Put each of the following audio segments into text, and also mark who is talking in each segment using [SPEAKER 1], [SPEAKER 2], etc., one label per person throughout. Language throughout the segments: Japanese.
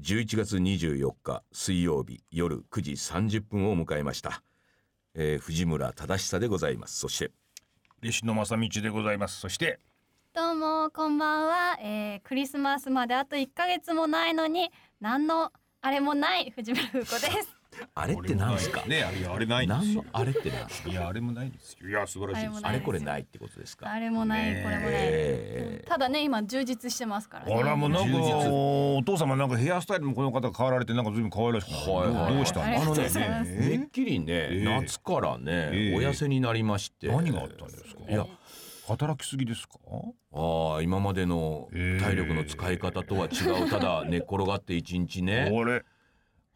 [SPEAKER 1] 11月24日水曜日夜9時30分を迎えました、えー藤村忠久でございますそして
[SPEAKER 2] 西野正道でございますそして
[SPEAKER 3] どうもこんばんは、えー、クリスマスまであと1ヶ月もないのに何のあれもない藤村風子です
[SPEAKER 1] あれってなんですか
[SPEAKER 2] これもないねあれあれないんです
[SPEAKER 1] 何
[SPEAKER 2] よ
[SPEAKER 1] のあれってなんですか
[SPEAKER 2] いやあれもないですよいや素晴らしいです
[SPEAKER 1] あ
[SPEAKER 3] あ
[SPEAKER 1] れ
[SPEAKER 3] れ
[SPEAKER 1] こ
[SPEAKER 3] もない
[SPEAKER 1] れないってことですか
[SPEAKER 3] あれもない、
[SPEAKER 2] ねえ
[SPEAKER 3] これもない、
[SPEAKER 1] え
[SPEAKER 3] ただね今充実してますから、ね、
[SPEAKER 2] あらもうなんか
[SPEAKER 1] 充実
[SPEAKER 2] お父様なんかヘアスタイルもこの方変わられてなんか随分可愛らしくなって
[SPEAKER 1] はいはい
[SPEAKER 2] どうしたん
[SPEAKER 3] あり
[SPEAKER 2] です
[SPEAKER 3] がと
[SPEAKER 2] か
[SPEAKER 3] うございます
[SPEAKER 1] ー
[SPEAKER 2] ね
[SPEAKER 1] めっきりね、
[SPEAKER 2] えー
[SPEAKER 1] 夏からね、
[SPEAKER 2] えー
[SPEAKER 1] お痩せになりまして
[SPEAKER 2] 何があったんですか
[SPEAKER 1] いや
[SPEAKER 2] 働きすぎですか
[SPEAKER 1] ああ今までの体力の使い方とは違う、ただ寝っ転がって一日ね
[SPEAKER 2] あれ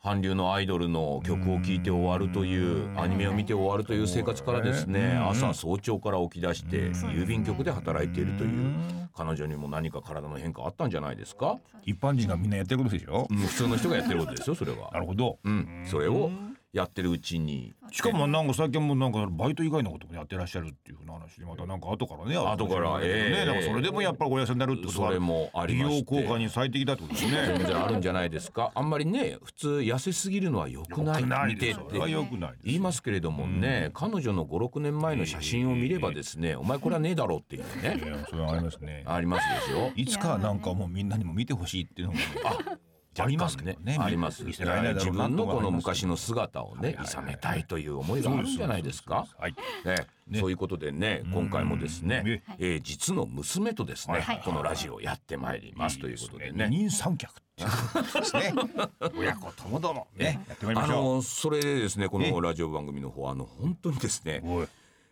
[SPEAKER 1] 韓流のアイドルの曲を聴いて終わるというアニメを見て終わるという生活からですね
[SPEAKER 2] うん
[SPEAKER 1] 朝早朝から起き出して
[SPEAKER 3] そうですね
[SPEAKER 1] 郵便局で働いているといううん彼女にも何か体の変化あったんじゃないですか
[SPEAKER 2] 一般人がみんなやってることでしょ
[SPEAKER 1] うん普通の人がやってることですよそれ
[SPEAKER 2] な
[SPEAKER 1] は
[SPEAKER 2] るほど
[SPEAKER 1] うんそれをやってるうちに
[SPEAKER 2] しかもなんか最近もなんかバイト以外のこともやってらっしゃるっていうふうな話でまたなんか後からね
[SPEAKER 1] 後から
[SPEAKER 2] え
[SPEAKER 1] ええ
[SPEAKER 2] ねなんかそれでもやっぱりお痩せになるってこと
[SPEAKER 1] そ
[SPEAKER 2] は
[SPEAKER 1] れもあり
[SPEAKER 2] 美
[SPEAKER 1] ま
[SPEAKER 2] 容
[SPEAKER 1] して
[SPEAKER 2] 効果に最適だってことですね
[SPEAKER 1] 全然あるんじゃないですかあんまりね普通痩せすぎるのは良くない
[SPEAKER 2] 良くない
[SPEAKER 1] 見て
[SPEAKER 2] で
[SPEAKER 1] っ
[SPEAKER 2] すそ
[SPEAKER 1] て
[SPEAKER 2] れは良くないです
[SPEAKER 1] 言いますけれどもね、彼女の56年前の写真を見ればですね、お前これはねえだろうっていう
[SPEAKER 2] い
[SPEAKER 1] ね
[SPEAKER 2] やそれはありますね
[SPEAKER 1] ありますでしょ
[SPEAKER 2] いつかはなんかもうみんなにも見てほしいっていうのもありますけどね
[SPEAKER 1] あります
[SPEAKER 2] 見せられないだろ
[SPEAKER 1] 自
[SPEAKER 2] うな
[SPEAKER 1] 分のこの
[SPEAKER 2] と
[SPEAKER 1] 昔の姿をね
[SPEAKER 2] はいはい
[SPEAKER 1] いさめたいという思いがあるんじゃないですか
[SPEAKER 2] はい
[SPEAKER 1] ねそういうことでね今回もですね
[SPEAKER 2] ね、
[SPEAKER 1] えー実の娘とですね、
[SPEAKER 3] はい
[SPEAKER 1] このラジオをやってまいりますということでね
[SPEAKER 2] 二人三脚っていうことです ね親子ともどもねやってまいり
[SPEAKER 1] あ
[SPEAKER 2] ましょ
[SPEAKER 1] のそれでですねこ
[SPEAKER 2] え
[SPEAKER 1] の
[SPEAKER 2] え
[SPEAKER 1] ラジオ番組の方あの本当にですね
[SPEAKER 2] うおい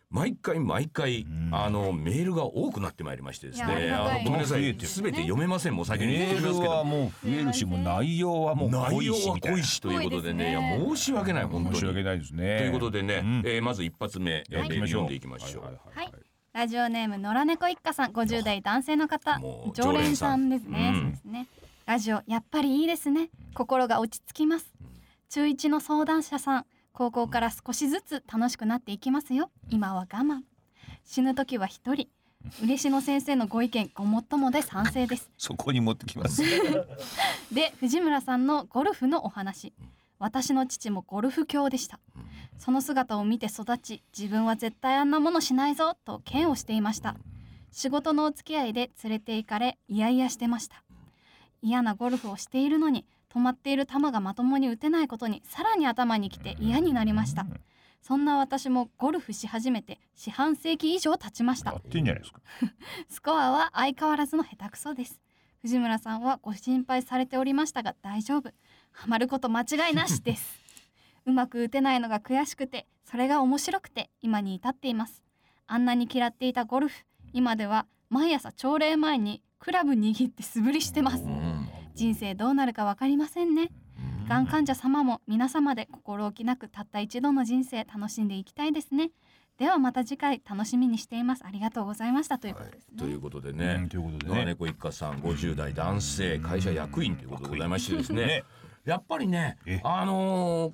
[SPEAKER 1] 毎回毎回
[SPEAKER 2] ん
[SPEAKER 1] あのメールが多くなってまいりましてですね
[SPEAKER 3] いやあり
[SPEAKER 1] あ
[SPEAKER 3] がた
[SPEAKER 1] の
[SPEAKER 3] い
[SPEAKER 1] ごめんなさ
[SPEAKER 2] 増
[SPEAKER 1] い
[SPEAKER 2] えてる
[SPEAKER 1] 全て読めませんもう先に言
[SPEAKER 2] メ
[SPEAKER 1] っておきま
[SPEAKER 2] ー
[SPEAKER 1] す
[SPEAKER 2] ル
[SPEAKER 1] け
[SPEAKER 2] は
[SPEAKER 1] ど
[SPEAKER 2] もう増えるしもう内容はもう濃
[SPEAKER 1] 内
[SPEAKER 2] い
[SPEAKER 1] 容
[SPEAKER 2] し
[SPEAKER 1] は
[SPEAKER 2] みたい
[SPEAKER 1] 濃
[SPEAKER 2] ない
[SPEAKER 1] しということでねい
[SPEAKER 3] 濃いですね
[SPEAKER 1] や申し訳ない本当に
[SPEAKER 2] 申し訳ないですね
[SPEAKER 1] ということでね、
[SPEAKER 2] うん
[SPEAKER 1] えーまず一発目、えー
[SPEAKER 2] やって
[SPEAKER 1] メール
[SPEAKER 2] みましょ
[SPEAKER 1] 読
[SPEAKER 2] うん
[SPEAKER 1] でいきましょう。
[SPEAKER 3] はいラジオネーム野良猫一家さん50代男性の方
[SPEAKER 1] もう
[SPEAKER 3] 常連さんですね,、
[SPEAKER 1] うん
[SPEAKER 3] そうですねラジオやっぱりいいですね心が落ち着きます、中1の相談者さん高校から少しずつ楽しくなっていきますよ今は我慢死ぬ時は一人嬉野先生のご意見ごもっともで賛成です
[SPEAKER 2] そこに持ってきます
[SPEAKER 3] で藤村さんのゴルフのお話私の父もゴルフ教でしたその姿を見て育ち自分は絶対あんなものしないぞと剣をしていました仕事のお付き合いで連れて行かれイヤイヤしてました嫌なゴルフをしているのに止まっている球がまともに打てないことにさらに頭にきて嫌になりましたそんな私もゴルフし始めて四半世紀以上経ちました
[SPEAKER 2] やってんじゃないですか
[SPEAKER 3] スコアは相変わらずの下手くそです。藤村さんはご心配されておりましたが大丈夫。ハマること間違いなし です。うまく打てないのが悔しくて、それが面白くて今に至っています。あんなに嫌っていたゴルフ、今では毎朝朝礼前にクラブ握って素振りしてます
[SPEAKER 1] う。ん
[SPEAKER 3] 人生どうなるかわかりませんね。がん患者様も皆様で心置きなくたった一度の人生楽しんでいきたいですね。ではまた次回楽しみにしています。ありがとうございましたということですね。
[SPEAKER 1] ということで
[SPEAKER 2] う
[SPEAKER 1] ね
[SPEAKER 2] んということで
[SPEAKER 1] 野
[SPEAKER 2] ね
[SPEAKER 1] 良猫一家さん50代男性会社役員ということでございましてですね
[SPEAKER 2] ね
[SPEAKER 1] やっぱりね
[SPEAKER 2] え
[SPEAKER 1] あのー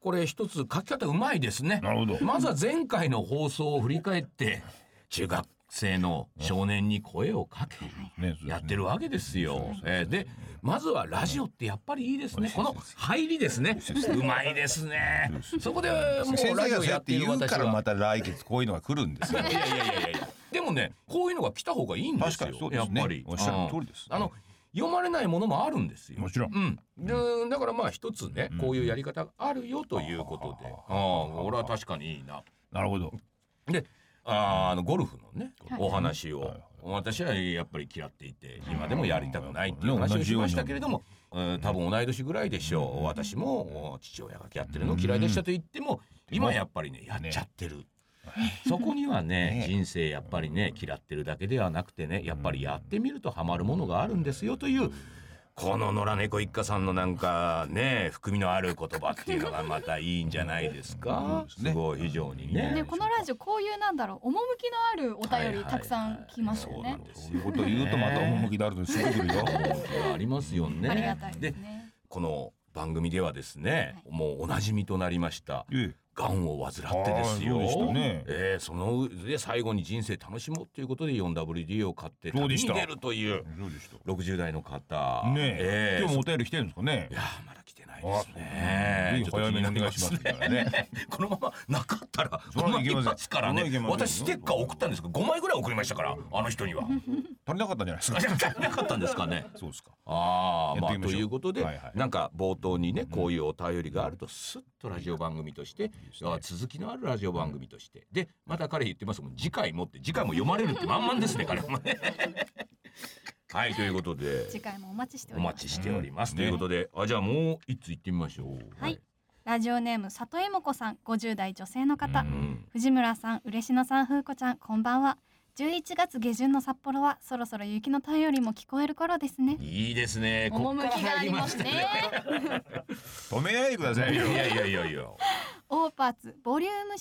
[SPEAKER 1] これ一つ書き方うまいですね
[SPEAKER 2] なるほど
[SPEAKER 1] まずは前回の放送を振り返って中学生の少年に声をかけ
[SPEAKER 2] ね
[SPEAKER 1] やってるわけですよ。えーでまずはラジオってやっぱりいいですね。この入りですね。うまいですね。そこでも
[SPEAKER 2] 先
[SPEAKER 1] うラジオ
[SPEAKER 2] 生がそうや
[SPEAKER 1] や
[SPEAKER 2] っ
[SPEAKER 1] って
[SPEAKER 2] て
[SPEAKER 1] いる
[SPEAKER 2] 言う
[SPEAKER 1] 私
[SPEAKER 2] からま
[SPEAKER 1] は。
[SPEAKER 2] た来月こういうのが来る んですよ
[SPEAKER 1] いやいやいやいや。でもねこういうのが来た方がいいんですよ。
[SPEAKER 2] 確かにそうですね
[SPEAKER 1] やっぱり。
[SPEAKER 2] おっしゃる通りです
[SPEAKER 1] うんあの読まれないものもあるんですよ。
[SPEAKER 2] もちろん
[SPEAKER 1] うん。でだからまあ一つねこういうやり方があるよということで。ああ俺は確かにいいな。
[SPEAKER 2] なるほど
[SPEAKER 1] であーあのゴルフのね、
[SPEAKER 3] はい
[SPEAKER 1] お話を、
[SPEAKER 2] はいはい
[SPEAKER 1] 私はやっぱり嫌っていて今でもやりたくないっていう話をしましたけれども、うん多分同い年ぐらいでしょう、私もお父親がやってるの嫌いでしたと言っても、今やっぱりねやっちゃってる。 そこにはね
[SPEAKER 2] ね
[SPEAKER 1] 人生やっぱりね嫌ってるだけではなくてねやっぱりやってみるとハマるものがあるんですよというこの野良猫一家さんのなんかね含みのある言葉っていうのがまたいいんじゃないですか
[SPEAKER 2] そうですね
[SPEAKER 1] すごい非常に
[SPEAKER 2] ね
[SPEAKER 3] ね、このラジオこういうなんだろう趣のあるお
[SPEAKER 1] はいはいは
[SPEAKER 3] 便り
[SPEAKER 1] い
[SPEAKER 3] たくさん来ますよ
[SPEAKER 1] そうな
[SPEAKER 3] ね
[SPEAKER 1] ん。です
[SPEAKER 2] そ
[SPEAKER 1] よ
[SPEAKER 2] ういうこと言うとまた趣があるとすぐ来る よ
[SPEAKER 1] ありますよね。
[SPEAKER 3] ありがたい
[SPEAKER 1] で
[SPEAKER 3] で
[SPEAKER 1] す
[SPEAKER 3] ね。
[SPEAKER 1] この番組ではですね、もうおなじみとなりました
[SPEAKER 2] ええ
[SPEAKER 1] がんを患ってですよ。
[SPEAKER 2] あーそうでしたね
[SPEAKER 1] えーそので最後に人生楽しもうということで 4WD を買って
[SPEAKER 2] そう
[SPEAKER 1] 旅
[SPEAKER 2] で
[SPEAKER 1] に
[SPEAKER 2] した
[SPEAKER 1] 出るという
[SPEAKER 2] そうでした。
[SPEAKER 1] 60代の方。
[SPEAKER 2] ねえ
[SPEAKER 1] え、ー
[SPEAKER 2] 今日もお便り来てるんですかね
[SPEAKER 1] い。やーまだ来てない
[SPEAKER 2] あ
[SPEAKER 1] ですね。
[SPEAKER 2] そうぜひ早めにお願いします
[SPEAKER 1] ちょっと気になりますね。 このままなかったら
[SPEAKER 2] それはい
[SPEAKER 1] 5枚
[SPEAKER 2] けません
[SPEAKER 1] ますから
[SPEAKER 2] そ
[SPEAKER 1] ね
[SPEAKER 2] れ。はいけませんよ
[SPEAKER 1] 私ステッカー送ったんですけど5枚ぐらい送りましたからあの人 には。
[SPEAKER 2] 足りなかったんじゃないですか
[SPEAKER 1] あ。じゃあなかったんですかね。
[SPEAKER 2] そうですか。
[SPEAKER 1] ああまあ
[SPEAKER 2] やってみま
[SPEAKER 1] と
[SPEAKER 2] しょう
[SPEAKER 1] いうことで、
[SPEAKER 2] はいはい
[SPEAKER 1] なんか冒頭にねこういうお便りがあるとスッとラジオ番組として、
[SPEAKER 2] ね
[SPEAKER 1] あ続きのあるラジオ番組としてでまた彼言ってますもん次回もって次回も読まれるって満々ですね彼もね。 はいということで
[SPEAKER 3] 次回もお待ちしてお
[SPEAKER 1] お
[SPEAKER 3] りま
[SPEAKER 1] 待ち
[SPEAKER 3] す
[SPEAKER 1] しております、
[SPEAKER 2] うん
[SPEAKER 1] ということであじゃあもう一つ行ってみましょう。
[SPEAKER 3] はいラジオネーム里井もこさん50代女性の方、
[SPEAKER 1] うん
[SPEAKER 3] 藤村さん嬉野さん風子ちゃんこんばんは11月下旬の札幌はそろそろ雪の便りも聞こえる頃ですね
[SPEAKER 1] いいですね。こっから
[SPEAKER 3] 趣があります
[SPEAKER 1] 入
[SPEAKER 3] ね
[SPEAKER 2] 止めないでくださ
[SPEAKER 1] ま
[SPEAKER 2] い
[SPEAKER 1] し
[SPEAKER 2] よ
[SPEAKER 1] た。ねいやいやいやいや。
[SPEAKER 3] オーパーツボリューム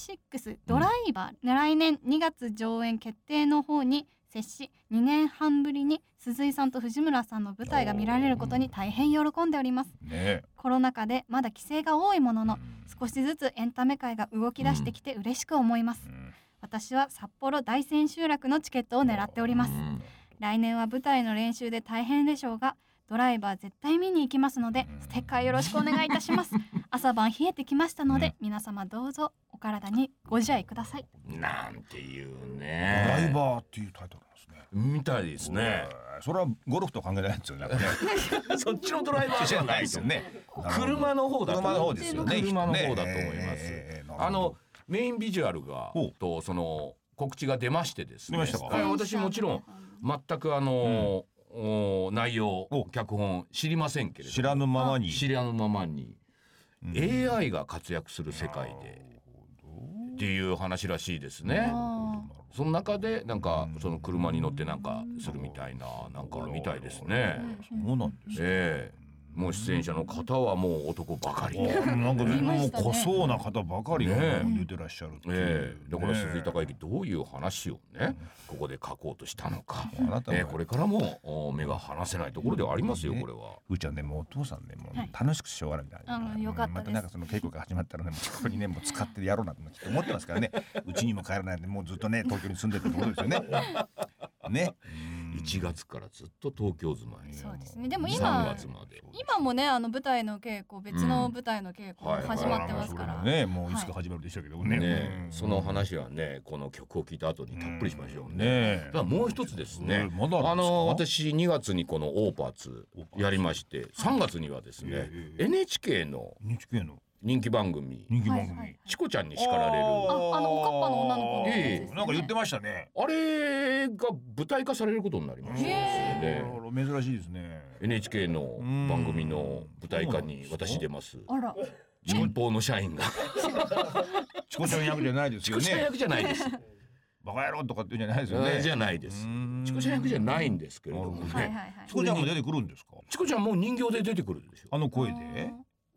[SPEAKER 3] 6ドライバー、来年2月上演決定の方に接し2年半ぶりに鈴井さんと藤村さんの舞台が見られることに大変喜んでおります
[SPEAKER 2] ね
[SPEAKER 3] コロナ禍でまだ規制が多いものの少しずつエンタメ界が動き出してきて嬉しく思います、
[SPEAKER 2] え。うん
[SPEAKER 3] 私は札幌大千秋楽のチケットを狙っております
[SPEAKER 1] うん
[SPEAKER 3] 来年は舞台の練習で大変でしょうがドライバー絶対見に行きますのでステッカーよろしくお願いいたします朝晩冷えてきましたので、皆様どうぞお体にご自愛ください
[SPEAKER 1] なんていう
[SPEAKER 2] ドライ
[SPEAKER 1] ね。
[SPEAKER 2] バーっていうタイトルなんですね。
[SPEAKER 1] みたいですね。
[SPEAKER 2] えーそれはゴルフと関係ないですよね。
[SPEAKER 1] そっちのドライバーじゃないですよね。
[SPEAKER 2] ね。
[SPEAKER 1] 車の方だと思う
[SPEAKER 2] 車の方ですよね。
[SPEAKER 1] 車の方だと思います。
[SPEAKER 2] えーえーえーなるほど
[SPEAKER 1] あのメインビジュアルが
[SPEAKER 2] ほう
[SPEAKER 1] とその告知が出ましてですね。
[SPEAKER 2] 出ましたか
[SPEAKER 1] はい私もちろん全くあの、お内容
[SPEAKER 2] お
[SPEAKER 1] 脚本知りませんけれども
[SPEAKER 2] 知らぬままに。
[SPEAKER 1] 知らぬままに、
[SPEAKER 2] うん
[SPEAKER 1] AI が活躍する世界でっていう話らしいですね。
[SPEAKER 3] あー
[SPEAKER 1] その中でなんか
[SPEAKER 2] うん
[SPEAKER 1] その車に乗ってなんかするみたいななんかみたいですね。
[SPEAKER 2] そうなんですね。
[SPEAKER 1] ええもう出演者の方はもう男ばかり。
[SPEAKER 2] お
[SPEAKER 1] え
[SPEAKER 2] なんか
[SPEAKER 3] 言いま
[SPEAKER 2] もう
[SPEAKER 3] したね
[SPEAKER 2] 濃そうな方ばかりが
[SPEAKER 1] ね
[SPEAKER 2] 出てらっしゃるっていう
[SPEAKER 1] え
[SPEAKER 2] ね
[SPEAKER 1] だから鈴井孝之どういう話をねここで書こうとしたの か。
[SPEAKER 2] あなた
[SPEAKER 1] ええ
[SPEAKER 2] は
[SPEAKER 1] これからもお目が離せないところではありますよ
[SPEAKER 2] ね
[SPEAKER 1] これは。
[SPEAKER 2] ふーちゃんねもうお父さんねもう
[SPEAKER 3] はい
[SPEAKER 2] 楽しくしようがないみたいな、
[SPEAKER 3] あのよかったです
[SPEAKER 2] またなんかその稽古が始まったらねもうここにねもう使ってやろうなときっと思ってます からねうちにも帰らないでもうずっとね東京に住んでるってことですよね ね
[SPEAKER 1] 1月からずっと東京住まい。
[SPEAKER 3] そうですねでも
[SPEAKER 1] 3
[SPEAKER 3] 今
[SPEAKER 1] 月まで。
[SPEAKER 3] 今もねあの舞台の稽古別の舞台の稽
[SPEAKER 1] う
[SPEAKER 3] 古
[SPEAKER 1] んはい
[SPEAKER 3] も始まってますか
[SPEAKER 2] あ
[SPEAKER 3] ら、
[SPEAKER 2] あそれもねもういつか始まるでしょうけどね,うん、
[SPEAKER 1] ねえその話はねこの曲を聴いた後にたっぷりしましょうね。
[SPEAKER 2] ね
[SPEAKER 1] ただもう一つですね。あ
[SPEAKER 2] まだるんですか
[SPEAKER 1] の私2月にこのオーパーツやりまして3月にはですね
[SPEAKER 2] ええ
[SPEAKER 1] NHK の
[SPEAKER 2] NHK の
[SPEAKER 1] 人気番組
[SPEAKER 2] 人気番組、
[SPEAKER 3] はいはい
[SPEAKER 1] 「チコちゃんに叱られる
[SPEAKER 3] ああのおかっぱの女の子の
[SPEAKER 1] やつです
[SPEAKER 3] ね
[SPEAKER 2] なんか言ってましたね」
[SPEAKER 1] あれが舞台化されることになりましたんですよね。
[SPEAKER 2] うん珍しいですね
[SPEAKER 1] NHK の番組の舞台化に私出ます
[SPEAKER 3] あら
[SPEAKER 1] 民放の社員が
[SPEAKER 2] チコちゃん役じゃないです
[SPEAKER 1] チ
[SPEAKER 2] よ
[SPEAKER 1] コちゃん
[SPEAKER 2] ね
[SPEAKER 1] 役じゃないです
[SPEAKER 2] バカ野郎とかって言うんじゃないですよね
[SPEAKER 1] じゃないですチコちゃん役じゃないんですけれども
[SPEAKER 3] はいはい
[SPEAKER 1] ね
[SPEAKER 3] はい
[SPEAKER 2] チコちゃんも出てくるんですか
[SPEAKER 1] チコちゃんもう人形で出てくるんですよ
[SPEAKER 2] あの声
[SPEAKER 3] あ
[SPEAKER 2] で
[SPEAKER 3] ー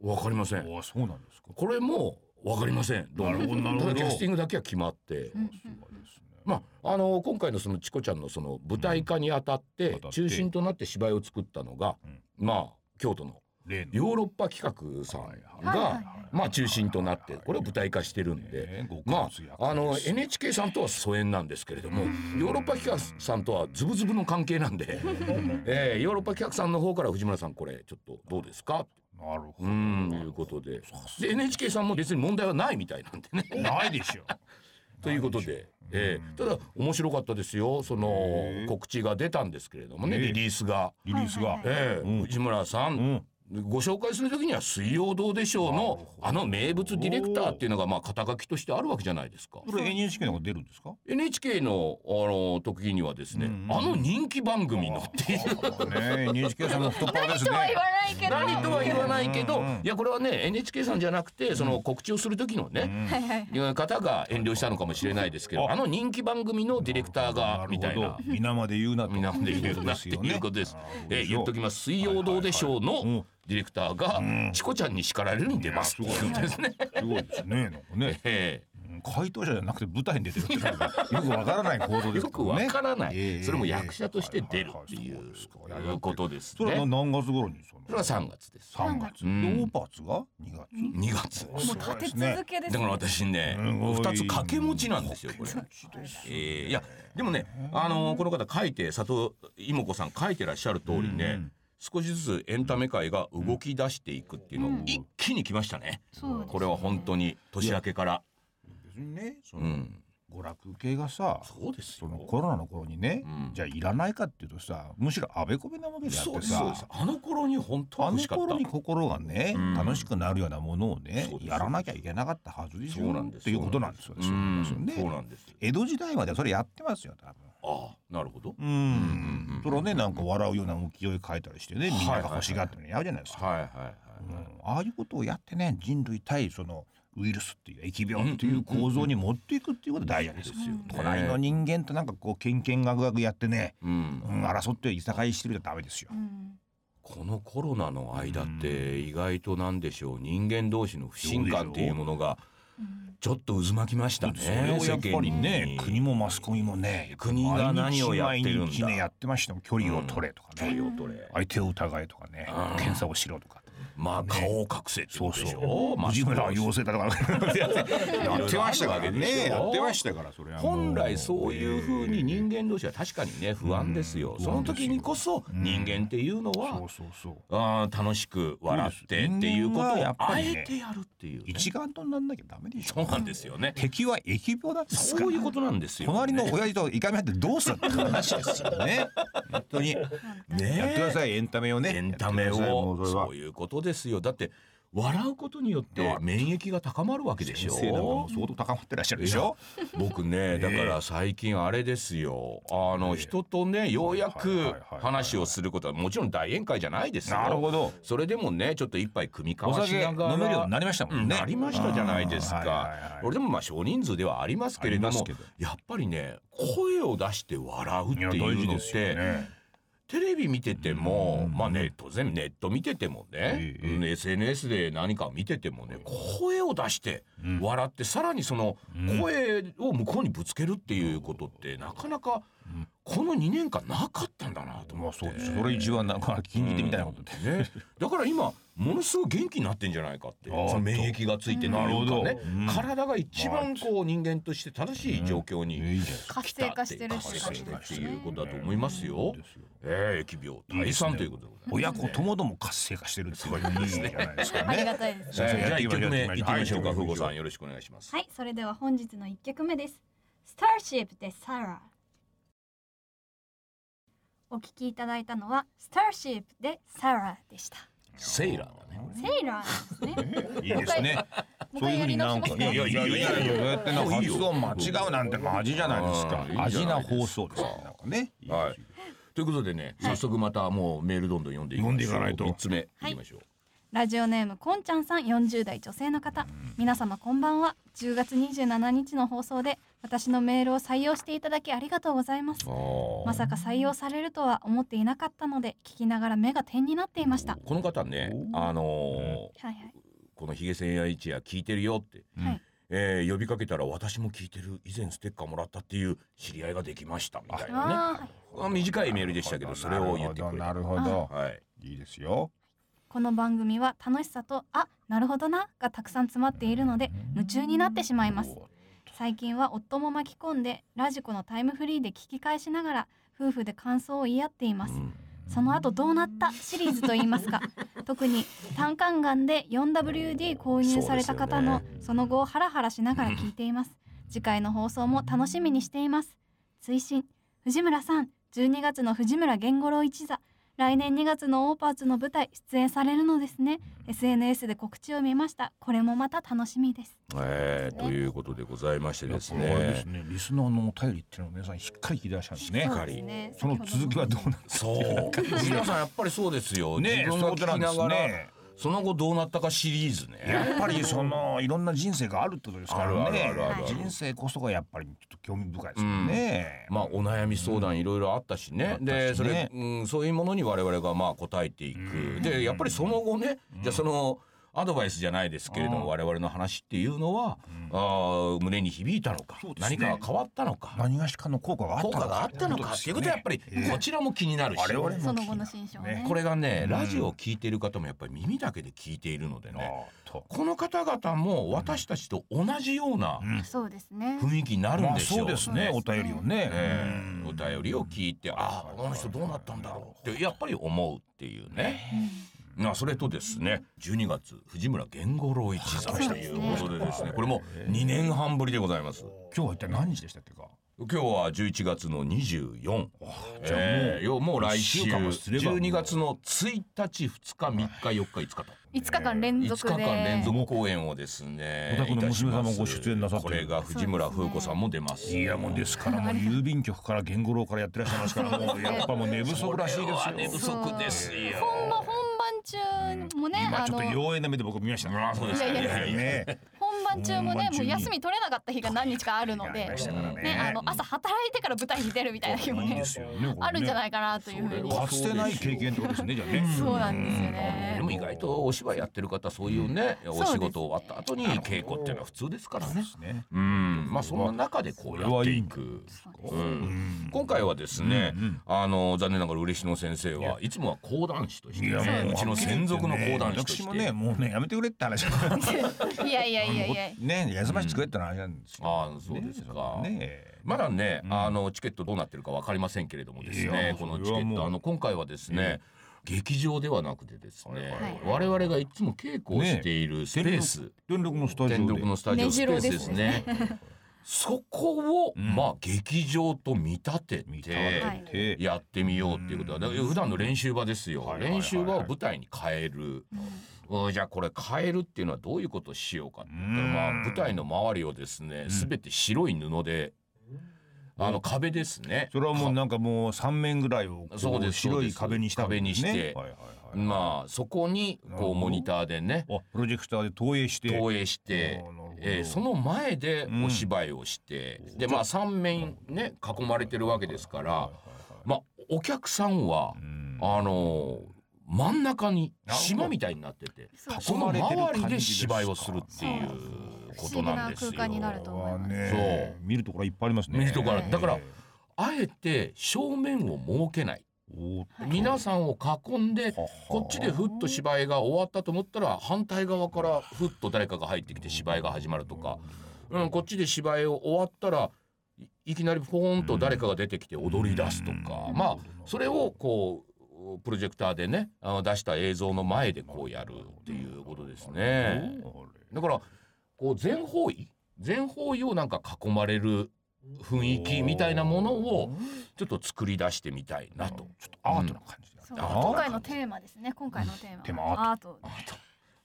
[SPEAKER 1] わかりません
[SPEAKER 2] ああそうなんですか
[SPEAKER 1] これもわかりませんどうなる
[SPEAKER 2] なるほどなるほど
[SPEAKER 1] ただキャスティングだけは決まって
[SPEAKER 3] うん
[SPEAKER 2] すごいですね
[SPEAKER 1] まあ、あの今回のそのチコちゃんのその舞台化にあたって、
[SPEAKER 2] うん当たって
[SPEAKER 1] 中心となって芝居を作ったのが、まあ京都の
[SPEAKER 2] 例の
[SPEAKER 1] ヨーロッパ企画さんが、
[SPEAKER 3] はいはいはい
[SPEAKER 1] まあ中心となってこれを舞台化してるんで。
[SPEAKER 2] ねご
[SPEAKER 1] ま
[SPEAKER 2] 家族役
[SPEAKER 1] あ、あの
[SPEAKER 2] です
[SPEAKER 1] NHK さんとは疎遠なんですけれどもヨーロッパ企画さんとはズブズブの関係なん で、えーヨーロッパ企画さんの方から藤村さんこれちょっとどうですか
[SPEAKER 2] なるほ
[SPEAKER 1] うー
[SPEAKER 2] ど
[SPEAKER 1] んいうことでで NHK さんも別に問題はないみたいなんでね。
[SPEAKER 2] ないでしょ
[SPEAKER 1] ということで、えーただ面白かったですよその告知が出たんですけれどもね
[SPEAKER 2] えー
[SPEAKER 1] リリースが、
[SPEAKER 2] リリースが
[SPEAKER 3] はい
[SPEAKER 1] えー藤村さ、
[SPEAKER 2] うんん
[SPEAKER 1] ご紹介する時には「水曜どうでしょうの」あの名物ディレクターっていうのがまあ肩書きとしてあるわけじゃないですか。
[SPEAKER 2] これ NHK の方出るんですか
[SPEAKER 1] NHK のあの特技にはですね、
[SPEAKER 2] うん
[SPEAKER 1] あの人気番組のっていう
[SPEAKER 2] ね NHK さんの太っ腹です
[SPEAKER 3] とは言わ
[SPEAKER 2] ね
[SPEAKER 3] ないけど
[SPEAKER 1] 何とは言わないけど、
[SPEAKER 2] うんうんうん
[SPEAKER 1] いやこれはね NHK さんじゃなくてその告知をする時のね、
[SPEAKER 3] はいはい
[SPEAKER 1] 方が遠慮したのかもしれないですけど、
[SPEAKER 2] あ
[SPEAKER 1] あの人気番組のディレクターがみたいな。
[SPEAKER 2] 皆まで言うなと
[SPEAKER 1] みんなで言うなっていうことです。 えー、言っときます。水曜どうでしょうのディレクターが、チコちゃんに叱られるに出ますっていうんですね。
[SPEAKER 2] すごいですねなんかね
[SPEAKER 1] ええ
[SPEAKER 2] 回答者じゃなくて舞台に出てるっていうのがよくわからない行動ですけどね。
[SPEAKER 1] よくわからない、
[SPEAKER 2] ええ
[SPEAKER 1] それも役者として出るってい
[SPEAKER 2] はいはいは
[SPEAKER 1] う
[SPEAKER 2] いそうですか
[SPEAKER 1] いうことです
[SPEAKER 2] それは
[SPEAKER 1] ね。
[SPEAKER 2] 何月頃にその
[SPEAKER 1] それは3月です。
[SPEAKER 2] 三月。
[SPEAKER 1] う
[SPEAKER 2] で
[SPEAKER 1] ん
[SPEAKER 2] オーパーツが二月。
[SPEAKER 1] 2月
[SPEAKER 2] す
[SPEAKER 4] も
[SPEAKER 2] ご
[SPEAKER 4] う
[SPEAKER 2] い
[SPEAKER 4] 立
[SPEAKER 2] で
[SPEAKER 4] て
[SPEAKER 2] すね
[SPEAKER 4] 続けです
[SPEAKER 1] だ
[SPEAKER 4] ね
[SPEAKER 1] から私ね、
[SPEAKER 2] すごい
[SPEAKER 1] 2つ掛け持ちなんですよ、これ。えーいや、でもね、あのこの方書いて、佐藤妹子さん書いてらっしゃる通りね、
[SPEAKER 2] うん
[SPEAKER 1] 少しずつエンタメ界が動き出していくっていうのを
[SPEAKER 3] うん
[SPEAKER 1] 一気に来ましたね。
[SPEAKER 3] そうですね
[SPEAKER 1] これは本当に年明けから。
[SPEAKER 2] 別にね、そうの
[SPEAKER 1] ん。
[SPEAKER 2] 娯楽系がさ、
[SPEAKER 1] そうです
[SPEAKER 2] そ
[SPEAKER 1] よ
[SPEAKER 2] の。コロナの頃にね
[SPEAKER 1] うん、
[SPEAKER 2] じゃあいらないかっていうとさ、むしろあべこべなわけであっ
[SPEAKER 1] そう
[SPEAKER 2] て
[SPEAKER 1] ですそうです
[SPEAKER 2] さ。
[SPEAKER 1] あの頃に本当は
[SPEAKER 2] あの
[SPEAKER 1] 欲しかった
[SPEAKER 2] 頃に心がね、
[SPEAKER 1] うん
[SPEAKER 2] 楽しくなるようなものをね
[SPEAKER 1] そうです
[SPEAKER 2] やらなきゃいけなかったはずです
[SPEAKER 1] そう
[SPEAKER 2] よ
[SPEAKER 1] なんです
[SPEAKER 2] っていうことなんですよね。
[SPEAKER 1] うん
[SPEAKER 2] そうですよ
[SPEAKER 1] そう
[SPEAKER 2] ね
[SPEAKER 1] なんです
[SPEAKER 2] 江戸時代まではそれやってますよ多分。
[SPEAKER 1] ああなるほど
[SPEAKER 2] うん
[SPEAKER 1] うん
[SPEAKER 2] それをねなんか笑うような浮世絵描いたりしてねみんなが欲しがってるのやるじゃないですか、
[SPEAKER 1] はいはいは
[SPEAKER 2] うんああいうことをやってね人類対そのウイルスっていう疫病っていう構造に持っていくっていうことが大事なんですよ。隣の人間となんかこうけんけんがくがくやってね、
[SPEAKER 1] い、うん
[SPEAKER 2] うん、争っていさかいしてるじゃダメですよ
[SPEAKER 4] う。ん
[SPEAKER 1] このコロナの間って意外となんでしょう人間同士の不信感っていうものがちょっと渦巻きましたね
[SPEAKER 2] それをやっぱりね
[SPEAKER 1] 世間に
[SPEAKER 2] 国もマスコミもね
[SPEAKER 1] 国が何をやってるんだ
[SPEAKER 2] 毎日ねやってましたもん距離を取れとか
[SPEAKER 1] 距離
[SPEAKER 2] ね、
[SPEAKER 1] を取れ
[SPEAKER 2] 相手を疑えとかね
[SPEAKER 1] うん
[SPEAKER 2] 検査をしろとか
[SPEAKER 1] まあ顔を隠せって
[SPEAKER 2] そ
[SPEAKER 1] こ
[SPEAKER 2] う
[SPEAKER 1] と
[SPEAKER 2] そ
[SPEAKER 1] でしょ
[SPEAKER 2] う
[SPEAKER 1] マス
[SPEAKER 2] 藤
[SPEAKER 1] コミ
[SPEAKER 2] 村は陽性だとかやってま したからねやってましたからそれはもう
[SPEAKER 1] 本来そういうふうに人間同士は確かにね不安ですよ、
[SPEAKER 2] うん
[SPEAKER 1] その時にこそ
[SPEAKER 2] うん
[SPEAKER 1] 人間っていうのは、
[SPEAKER 2] そうそうそう
[SPEAKER 1] あー楽しく笑って
[SPEAKER 2] そうです
[SPEAKER 1] っていうこ
[SPEAKER 2] 人間
[SPEAKER 1] と
[SPEAKER 2] は
[SPEAKER 1] を
[SPEAKER 2] やっぱ
[SPEAKER 1] あ
[SPEAKER 2] りね
[SPEAKER 1] えてやるっていうね、
[SPEAKER 2] 一丸となんなきゃダメでし
[SPEAKER 1] そう
[SPEAKER 2] ょ
[SPEAKER 1] なんですよね
[SPEAKER 2] 敵は疫病だってですか
[SPEAKER 1] そう
[SPEAKER 2] ら
[SPEAKER 1] いうことなんですよ、ね、
[SPEAKER 2] 隣の親父といかめ合ってどうするって話ですよね本当にや
[SPEAKER 1] ね
[SPEAKER 2] ってくださいエンタメをね
[SPEAKER 1] エンタメ
[SPEAKER 2] やってくださいも
[SPEAKER 1] を
[SPEAKER 2] うそれは
[SPEAKER 1] そういうことですよだって笑うことによって免疫が高まるわけでし
[SPEAKER 2] 先生なんかも
[SPEAKER 1] ょ
[SPEAKER 2] う相当高まってらっしゃるでしょ
[SPEAKER 1] 僕ね
[SPEAKER 2] え
[SPEAKER 1] だから最近あれですよあの
[SPEAKER 2] ええ
[SPEAKER 1] 人とねようや
[SPEAKER 2] はいはい
[SPEAKER 1] く
[SPEAKER 2] はいはい
[SPEAKER 1] 話をすることはもちろん大宴会じゃないですよ
[SPEAKER 2] なるほど
[SPEAKER 1] それでもねちょっと一杯組み交
[SPEAKER 2] お
[SPEAKER 1] わし
[SPEAKER 2] 酒
[SPEAKER 1] な
[SPEAKER 2] 飲
[SPEAKER 1] がら
[SPEAKER 2] めるようになりましたもんね。
[SPEAKER 1] なりましたじゃないですか、
[SPEAKER 2] はいはいはい
[SPEAKER 1] 俺でもまあ少人数ではありますけれど
[SPEAKER 2] あり
[SPEAKER 1] も
[SPEAKER 2] ますけど
[SPEAKER 1] やっぱりね声を出して笑うっていうのって、
[SPEAKER 2] ね。
[SPEAKER 1] テレビ見てても、
[SPEAKER 2] うん
[SPEAKER 1] まあネット全部ネット見ててもね
[SPEAKER 2] え、え
[SPEAKER 1] うん SNS で何かを見ててもね声を出して
[SPEAKER 2] うん
[SPEAKER 1] 笑って、さらにその
[SPEAKER 2] うん
[SPEAKER 1] 声を向こうにぶつけるっていうことってなかなか
[SPEAKER 2] うん
[SPEAKER 1] この2年間なかったんだなと
[SPEAKER 2] ま
[SPEAKER 1] 思
[SPEAKER 2] あ
[SPEAKER 1] って、
[SPEAKER 2] そうです。それ一番なんか禁じてみたいなことで。
[SPEAKER 1] うんね、だから今ものすごい元気になってんじゃないかって
[SPEAKER 2] あー
[SPEAKER 1] その免疫がついてると
[SPEAKER 2] なるほ
[SPEAKER 1] いうか
[SPEAKER 2] ど
[SPEAKER 1] ね、
[SPEAKER 2] うん
[SPEAKER 1] 体が一番こう人間として正しい状況
[SPEAKER 2] い
[SPEAKER 1] に、
[SPEAKER 2] いじゃないですか
[SPEAKER 4] 活性化してる
[SPEAKER 1] 活性
[SPEAKER 4] し
[SPEAKER 1] 化してるっていうことだと思いますよ。
[SPEAKER 2] いいですよ
[SPEAKER 1] ええ疫病退散ということでございます。
[SPEAKER 2] 親子ともども活性化してるっていうのがいいじゃないですか
[SPEAKER 4] あり
[SPEAKER 2] ね。
[SPEAKER 4] がたいです
[SPEAKER 1] じゃ
[SPEAKER 2] じゃ
[SPEAKER 1] あ
[SPEAKER 2] あ
[SPEAKER 1] 一
[SPEAKER 2] 一
[SPEAKER 1] 曲目
[SPEAKER 2] 曲目
[SPEAKER 1] 行ってみましょうか、ふうこさんよろしくお願いします。
[SPEAKER 3] はいそれでは本日の一曲目ですスターシップでサラお聞きいただいたのはスターシップでサラでした
[SPEAKER 1] セイラーだね。
[SPEAKER 3] セイラーです ね
[SPEAKER 2] いいですね。
[SPEAKER 4] もう一回
[SPEAKER 2] そういうふ
[SPEAKER 4] や
[SPEAKER 2] うに
[SPEAKER 4] り直
[SPEAKER 2] な
[SPEAKER 4] しま
[SPEAKER 2] んか
[SPEAKER 4] す
[SPEAKER 2] いやいやいやいやそうやってなんか発音間違うなんてマジじゃないですか
[SPEAKER 1] うんいいじゃない。ですか
[SPEAKER 2] 味な放送ですね。なんかね。
[SPEAKER 1] はいということでね、早速またもうメールどんどん読んでいきましょう。
[SPEAKER 2] 読んでいかないと
[SPEAKER 1] 三つ目
[SPEAKER 3] はい
[SPEAKER 1] いきましょう。
[SPEAKER 3] ラジオネームこんちゃんさん40代女性の方皆様こんばんは10月27日の放送で私のメールを採用していただきありがとうございますまさか採用されるとは思っていなかったので聞きながら目が点になっていました
[SPEAKER 1] この方ね、あのー
[SPEAKER 3] はいはい
[SPEAKER 1] このヒゲ千夜一夜聞いてるよって、
[SPEAKER 3] はい
[SPEAKER 1] えー呼びかけたら私も聞いてる以前ステッカーもらったっていう知り合いができましたみたいなね。
[SPEAKER 3] あーはい
[SPEAKER 1] あ短いメールでしたけどそれを言ってくれた
[SPEAKER 2] なるほど。
[SPEAKER 1] はい。
[SPEAKER 2] いいですよ。
[SPEAKER 3] この番組は楽しさとあなるほどながたくさん詰まっているので夢中になってしまいます最近は夫も巻き込んでラジコのタイムフリーで聞き返しながら夫婦で感想を言い合っています
[SPEAKER 1] うん
[SPEAKER 3] その後どうなったシリーズといい ますか特に単管眼で 4WD 購入された方
[SPEAKER 1] そ
[SPEAKER 3] の
[SPEAKER 1] うで
[SPEAKER 3] その後をハラハラしながら聞いています次回の放送も楽しみにしています追伸藤村さん12月の藤村源五郎一座来年2月のオーパーツの舞台出演されるのですね SNS で告知を見ましたこれもまた楽しみです
[SPEAKER 1] えーということでございましてです
[SPEAKER 2] いやこれあれで
[SPEAKER 1] ね
[SPEAKER 2] す。ね。リスナーのお便りっていうのを皆さんしっかり聞いてらっしゃるんですね。
[SPEAKER 1] かり
[SPEAKER 3] そうですね
[SPEAKER 2] その続きはどう な
[SPEAKER 1] そう。皆さんやっぱりそうですよ。
[SPEAKER 2] るね
[SPEAKER 1] 自分が聞きながら、
[SPEAKER 2] ね。
[SPEAKER 1] その後どうなったかシリーズ
[SPEAKER 2] や
[SPEAKER 1] ね。
[SPEAKER 2] っぱりそのいろんな人生があるってことですからね
[SPEAKER 1] あるあるあるある
[SPEAKER 2] 人生こそがやっぱりちょっと興味深いですよね、
[SPEAKER 1] まあお悩み相談いろいろあったしね。
[SPEAKER 2] うんあ
[SPEAKER 1] で
[SPEAKER 2] ったし
[SPEAKER 1] それ
[SPEAKER 2] ね、
[SPEAKER 1] うん、そういうものに我々がまあ答えていく。
[SPEAKER 2] うん
[SPEAKER 1] でやっぱりその後ね、じゃあそのアドバイスじゃないですけれど
[SPEAKER 2] あー
[SPEAKER 1] も我々の話っていうのは、あー胸に響いたのか、
[SPEAKER 2] そうですね
[SPEAKER 1] 何かが変わったのか
[SPEAKER 2] 何がしかの効果があった
[SPEAKER 1] 効
[SPEAKER 2] のか
[SPEAKER 1] 果があったのかっていうことはやっぱりこちらも気になるし、
[SPEAKER 2] 我々も
[SPEAKER 3] その後の心象ね
[SPEAKER 1] これがね、
[SPEAKER 2] うん
[SPEAKER 1] ラジオを聞いている方もやっぱり耳だけで聞いているのでね、
[SPEAKER 2] と
[SPEAKER 1] この方々も私たちと同じような
[SPEAKER 2] うん
[SPEAKER 3] そうですね
[SPEAKER 1] 雰囲気になるん
[SPEAKER 2] まあ
[SPEAKER 1] でしょ
[SPEAKER 2] そううですね
[SPEAKER 3] そ
[SPEAKER 2] お
[SPEAKER 3] うですね
[SPEAKER 2] 便りをね
[SPEAKER 1] ええ
[SPEAKER 2] うん
[SPEAKER 1] お便りを聞いて、ああこの人どうなったんだろうってやっぱり思うっていうね。なそれとですね12月藤村源五郎一座
[SPEAKER 3] はい
[SPEAKER 1] ということでですねこれも2年半ぶりでございます
[SPEAKER 2] 今日は一体何日でしたっけか
[SPEAKER 1] 今日は11月の24
[SPEAKER 2] じゃあもう
[SPEAKER 1] ええよもう来週
[SPEAKER 2] 一週間もすれば
[SPEAKER 1] 12月の1日2日3日4日5日と
[SPEAKER 3] 5日間連
[SPEAKER 1] 5日
[SPEAKER 3] 続
[SPEAKER 1] 間
[SPEAKER 3] で
[SPEAKER 1] 連続公演をですね
[SPEAKER 2] お宅の
[SPEAKER 1] いたします
[SPEAKER 2] 娘さんもご出演なさってる
[SPEAKER 1] これが藤村風子さんも出ます
[SPEAKER 2] いやもうですからもう郵便局から源五郎からやってらっしゃいますからもうやっぱもう寝不足らしいで
[SPEAKER 1] これは
[SPEAKER 2] す
[SPEAKER 1] 寝
[SPEAKER 2] よ
[SPEAKER 1] 不足ですよ
[SPEAKER 3] 本番本番中もね、
[SPEAKER 2] 今
[SPEAKER 3] あ
[SPEAKER 2] ちょっ
[SPEAKER 3] の
[SPEAKER 2] と妖艶な目で僕見ました
[SPEAKER 1] ああそうですか
[SPEAKER 3] いやいや
[SPEAKER 2] ね
[SPEAKER 3] 本番中も
[SPEAKER 2] 本番
[SPEAKER 3] ね
[SPEAKER 2] 中に
[SPEAKER 3] もう休み取れなかった日が何日かあるので
[SPEAKER 2] ありましたからね
[SPEAKER 3] ねあの朝働いてから舞台に出るみたいな日も
[SPEAKER 2] いい
[SPEAKER 3] ね
[SPEAKER 2] ですよね
[SPEAKER 3] あるんじゃ
[SPEAKER 2] い
[SPEAKER 3] ないかなというふうに
[SPEAKER 2] かつてない経験ってことですねじゃあね
[SPEAKER 3] そうなんですよ
[SPEAKER 1] で
[SPEAKER 3] ね
[SPEAKER 1] も意外とお芝居やってる方そういうねお仕事終わった後に稽古っていうのは普通ですからね
[SPEAKER 2] ね
[SPEAKER 1] うんまあそんな中でこうやっていくう
[SPEAKER 2] うんん
[SPEAKER 1] 今回はですね
[SPEAKER 2] うんうん
[SPEAKER 1] あの残念ながら嬉野先生はいつもは講談師として
[SPEAKER 2] いやも
[SPEAKER 1] うちの専属の講談師と
[SPEAKER 2] 私
[SPEAKER 1] し
[SPEAKER 2] もね
[SPEAKER 1] て
[SPEAKER 2] もうねやめてくれって話なんですよ
[SPEAKER 3] いやいやいやいや
[SPEAKER 2] ね休ませてくれって話なんですよ
[SPEAKER 1] ああそうですか
[SPEAKER 2] ね
[SPEAKER 1] まだね、
[SPEAKER 2] うん
[SPEAKER 1] あのチケットどうなってるかわかりませんけれどもです
[SPEAKER 2] いや
[SPEAKER 1] ね、このチケ
[SPEAKER 2] それは
[SPEAKER 1] ッ
[SPEAKER 2] も
[SPEAKER 1] ト、
[SPEAKER 2] う
[SPEAKER 1] あの今回はですね。劇場ではなくてですね、
[SPEAKER 3] は
[SPEAKER 1] 我々がいつも稽古をしているスペース、
[SPEAKER 2] 電力のスタジオで
[SPEAKER 1] 電力のスタジオスペ
[SPEAKER 3] ねじろ
[SPEAKER 1] ース
[SPEAKER 3] ですね
[SPEAKER 1] ですね。そこを、
[SPEAKER 2] ん
[SPEAKER 1] まあ劇場と見立て
[SPEAKER 2] 見た
[SPEAKER 1] て
[SPEAKER 3] はい
[SPEAKER 2] て
[SPEAKER 1] やってみようっていうことは、だから普段の練習場ですよ、
[SPEAKER 2] はいはいはいはい
[SPEAKER 1] 練習場を舞台に変える、うんじゃあこれ変えるっていうのはどういうことをしようかって言ったら、
[SPEAKER 2] うん
[SPEAKER 1] まあ、舞台の周りをですねすべて白い布で、あの壁ですね
[SPEAKER 2] それはもうなんかもう三面ぐらいをこう
[SPEAKER 1] そうです
[SPEAKER 2] 白い壁にしたわけですね
[SPEAKER 1] 壁にして
[SPEAKER 2] はいはいはい
[SPEAKER 1] まあそこに
[SPEAKER 2] なるほ
[SPEAKER 1] こ
[SPEAKER 2] ど
[SPEAKER 1] うモニターでね
[SPEAKER 2] あプロジェクターで投影して
[SPEAKER 1] 投影して
[SPEAKER 2] あーなるほど、
[SPEAKER 1] えーその前で
[SPEAKER 2] うん
[SPEAKER 1] お芝居をして、でまあ3面ね囲まれてるわけですから、まあ、お客さんは、
[SPEAKER 2] うん
[SPEAKER 1] あのー真ん中に
[SPEAKER 2] なるほど
[SPEAKER 1] 島みたいになってて
[SPEAKER 3] そう
[SPEAKER 1] その周りで芝居をするってい
[SPEAKER 3] そう
[SPEAKER 1] う
[SPEAKER 3] 不
[SPEAKER 1] こと
[SPEAKER 3] 思議
[SPEAKER 1] な
[SPEAKER 3] なん
[SPEAKER 1] ですよ
[SPEAKER 3] 空。間になると思い
[SPEAKER 2] は
[SPEAKER 3] ます、
[SPEAKER 2] ね
[SPEAKER 1] そ
[SPEAKER 2] 見るところいっぱいありますね
[SPEAKER 1] 見るところ
[SPEAKER 3] ある
[SPEAKER 1] だからあえて正面を設けない
[SPEAKER 2] おー
[SPEAKER 1] 皆さんを囲んで
[SPEAKER 2] はは
[SPEAKER 1] こっちでふっと芝居が終わったと思ったら反対側からふっと誰かが入ってきて芝居が始まるとか、うん、こっちで芝居を終わったらいいきなりポーンと誰かが出てきて踊り出すとか、
[SPEAKER 2] うん
[SPEAKER 1] まあそれをこうプロジェクターでねあの出した映像の前でこうやるっていうことですね。だからこう全方位全方位をなんか囲まれる雰囲気みたいなものをちょっと作り出してみたいなと。
[SPEAKER 2] ちょっとアートな感じ
[SPEAKER 3] そう
[SPEAKER 1] あー
[SPEAKER 3] 今回のテーマですね今回のテーマは
[SPEAKER 2] テーマは
[SPEAKER 3] アート
[SPEAKER 1] アート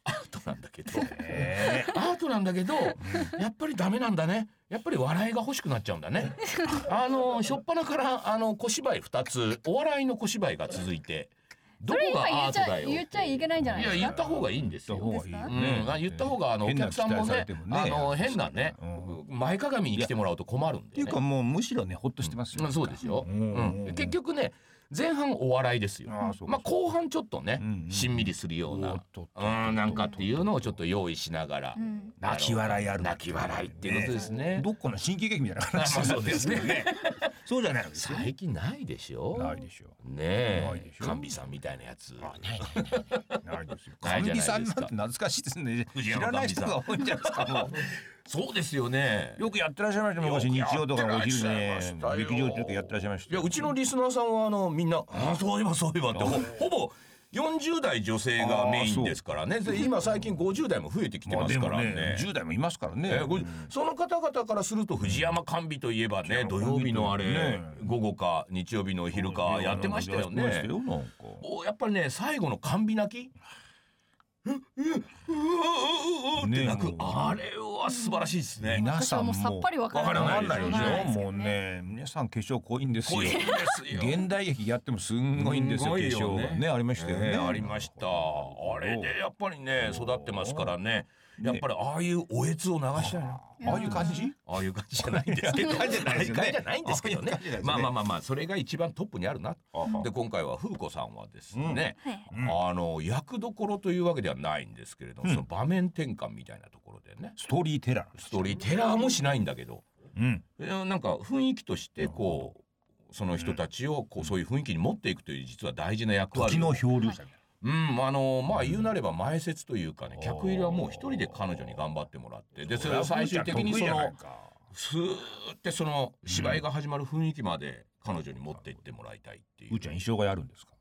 [SPEAKER 1] アートなんだけど
[SPEAKER 2] え
[SPEAKER 1] アートなんだけどやっぱりダメなんだねやっぱり笑いが欲しくなっちゃうんだねあの初っ端からあの小芝居2つお笑いの小芝居が続いてどこ
[SPEAKER 3] それ今
[SPEAKER 1] が
[SPEAKER 3] 言
[SPEAKER 1] ア
[SPEAKER 3] っ
[SPEAKER 1] ー
[SPEAKER 3] ちゃ
[SPEAKER 1] トだよ
[SPEAKER 3] 言っちゃいけないんじゃない
[SPEAKER 1] い
[SPEAKER 3] で
[SPEAKER 1] や
[SPEAKER 3] す
[SPEAKER 1] 言
[SPEAKER 3] か
[SPEAKER 1] った方がいいんです
[SPEAKER 2] 言った
[SPEAKER 1] よ
[SPEAKER 2] 方がいいよ
[SPEAKER 1] うん、あ
[SPEAKER 2] ね
[SPEAKER 1] 言った方があのお客さんも
[SPEAKER 2] 変な期待され
[SPEAKER 1] ね
[SPEAKER 2] てもね
[SPEAKER 1] あの変なね、
[SPEAKER 2] うん
[SPEAKER 1] 前かがみに来てもらうと困るん
[SPEAKER 2] っ
[SPEAKER 1] で、
[SPEAKER 2] て
[SPEAKER 1] ね、
[SPEAKER 2] いうかもうむしろねほっとしてます
[SPEAKER 1] ま
[SPEAKER 2] よ
[SPEAKER 1] あ、そうですよ、
[SPEAKER 2] う
[SPEAKER 1] うんん結局ね前半お笑いですよ
[SPEAKER 2] ああそう
[SPEAKER 1] ま
[SPEAKER 2] か
[SPEAKER 1] あ、後半ちょっとね、
[SPEAKER 2] うんうん
[SPEAKER 1] しんみりするような
[SPEAKER 2] おっとっとっと
[SPEAKER 1] うんなんかっていうのをちょっと用意しながら、
[SPEAKER 3] うん
[SPEAKER 2] 泣き笑いある
[SPEAKER 1] 泣き笑いっていうことですね
[SPEAKER 2] どっかの新喜劇みたいな
[SPEAKER 1] あまあ
[SPEAKER 2] 話
[SPEAKER 1] そうですね
[SPEAKER 2] そうじゃないのですよ
[SPEAKER 1] 最近ないでしょ
[SPEAKER 2] ないでしょう
[SPEAKER 1] ね
[SPEAKER 2] ない
[SPEAKER 1] え
[SPEAKER 2] でしょ
[SPEAKER 1] 神さんみたいなやつないじゃ
[SPEAKER 2] ないですよ。神木さ
[SPEAKER 1] ない
[SPEAKER 2] ん
[SPEAKER 1] です
[SPEAKER 2] なんて
[SPEAKER 1] か
[SPEAKER 2] 懐かしいですね。
[SPEAKER 1] 藤
[SPEAKER 2] 知
[SPEAKER 1] 山
[SPEAKER 2] らない人
[SPEAKER 1] 神さ
[SPEAKER 2] が多いんじゃないですか。も
[SPEAKER 1] そうですよね
[SPEAKER 2] うよくやってらっしゃいましたね。昔日曜とかのお昼ね
[SPEAKER 1] よくやってらっしゃいましたよ
[SPEAKER 2] 劇場とかやってらっしゃいました
[SPEAKER 1] い
[SPEAKER 2] よ。
[SPEAKER 1] やうちのリスナーさんはあのみんな「ああそういえばそういえば」ってほほぼ40代女性がメインですからねで今最近50代も増えてきて
[SPEAKER 2] まあ
[SPEAKER 1] ます
[SPEAKER 2] で
[SPEAKER 1] か
[SPEAKER 2] も
[SPEAKER 1] ら
[SPEAKER 2] ね
[SPEAKER 1] ね。
[SPEAKER 2] 10代もいますからね。
[SPEAKER 1] えーごその方々からすると藤山甘美といえばね土曜日のあれ
[SPEAKER 2] ね
[SPEAKER 1] 午後か日曜日のお昼かやってましたよ
[SPEAKER 2] やって
[SPEAKER 1] ね
[SPEAKER 2] ま。したよなんか
[SPEAKER 1] おやっぱりね最後の甘美泣きううううううううって泣く
[SPEAKER 2] ね
[SPEAKER 1] あれは素晴らしいですね。
[SPEAKER 2] 皆
[SPEAKER 3] 私
[SPEAKER 2] さ
[SPEAKER 3] は
[SPEAKER 2] ん
[SPEAKER 3] もうさっぱりわから
[SPEAKER 1] ない
[SPEAKER 2] わからないでしょ。もう
[SPEAKER 3] わからな
[SPEAKER 2] ね皆さん化粧濃いんですよ
[SPEAKER 1] 濃い。ですよ
[SPEAKER 2] 現代劇やってもすんごいんですよ化
[SPEAKER 1] す
[SPEAKER 2] 粧
[SPEAKER 1] ごいよね
[SPEAKER 2] がねありましたよね。
[SPEAKER 1] ええありましたあれでやっぱりね育ってますからねやっぱりああいうおえつを流したいな
[SPEAKER 2] ああいう感じ
[SPEAKER 1] ああいう感じじゃないんですけど。
[SPEAKER 2] ああいう感じじゃないですよね
[SPEAKER 1] ああう感じじゃないんですけど
[SPEAKER 2] ああ
[SPEAKER 1] ね
[SPEAKER 2] いう感じじゃないです。ね
[SPEAKER 1] まあまあまあまあ、それが一番トップにあるな。
[SPEAKER 2] あ
[SPEAKER 1] で、今回は風子さんはですね。
[SPEAKER 3] はい。
[SPEAKER 2] うん
[SPEAKER 1] あの役どころというわけではないんですけれども、
[SPEAKER 2] うん
[SPEAKER 1] その場面転換みたいなところでね
[SPEAKER 2] ストーリーテラーです
[SPEAKER 1] ストーリーテラーもしないんだけど
[SPEAKER 2] うん
[SPEAKER 1] えーなんか雰囲気としてこうその人たちをこうそういう雰囲気に持っていくという実は大事な役割
[SPEAKER 2] 時の漂流者みたい
[SPEAKER 1] うんあのまあ言うなれば前説というかね
[SPEAKER 2] うん
[SPEAKER 1] 客入れはもう一人で彼女に頑張ってもらってで
[SPEAKER 2] な
[SPEAKER 1] それを最終的にそ
[SPEAKER 2] 得意じゃない
[SPEAKER 1] の
[SPEAKER 2] か
[SPEAKER 1] スーってその芝居が始まる雰囲気まで彼女に持っていってもらいたいっていう
[SPEAKER 2] うーちゃん印象があるんですか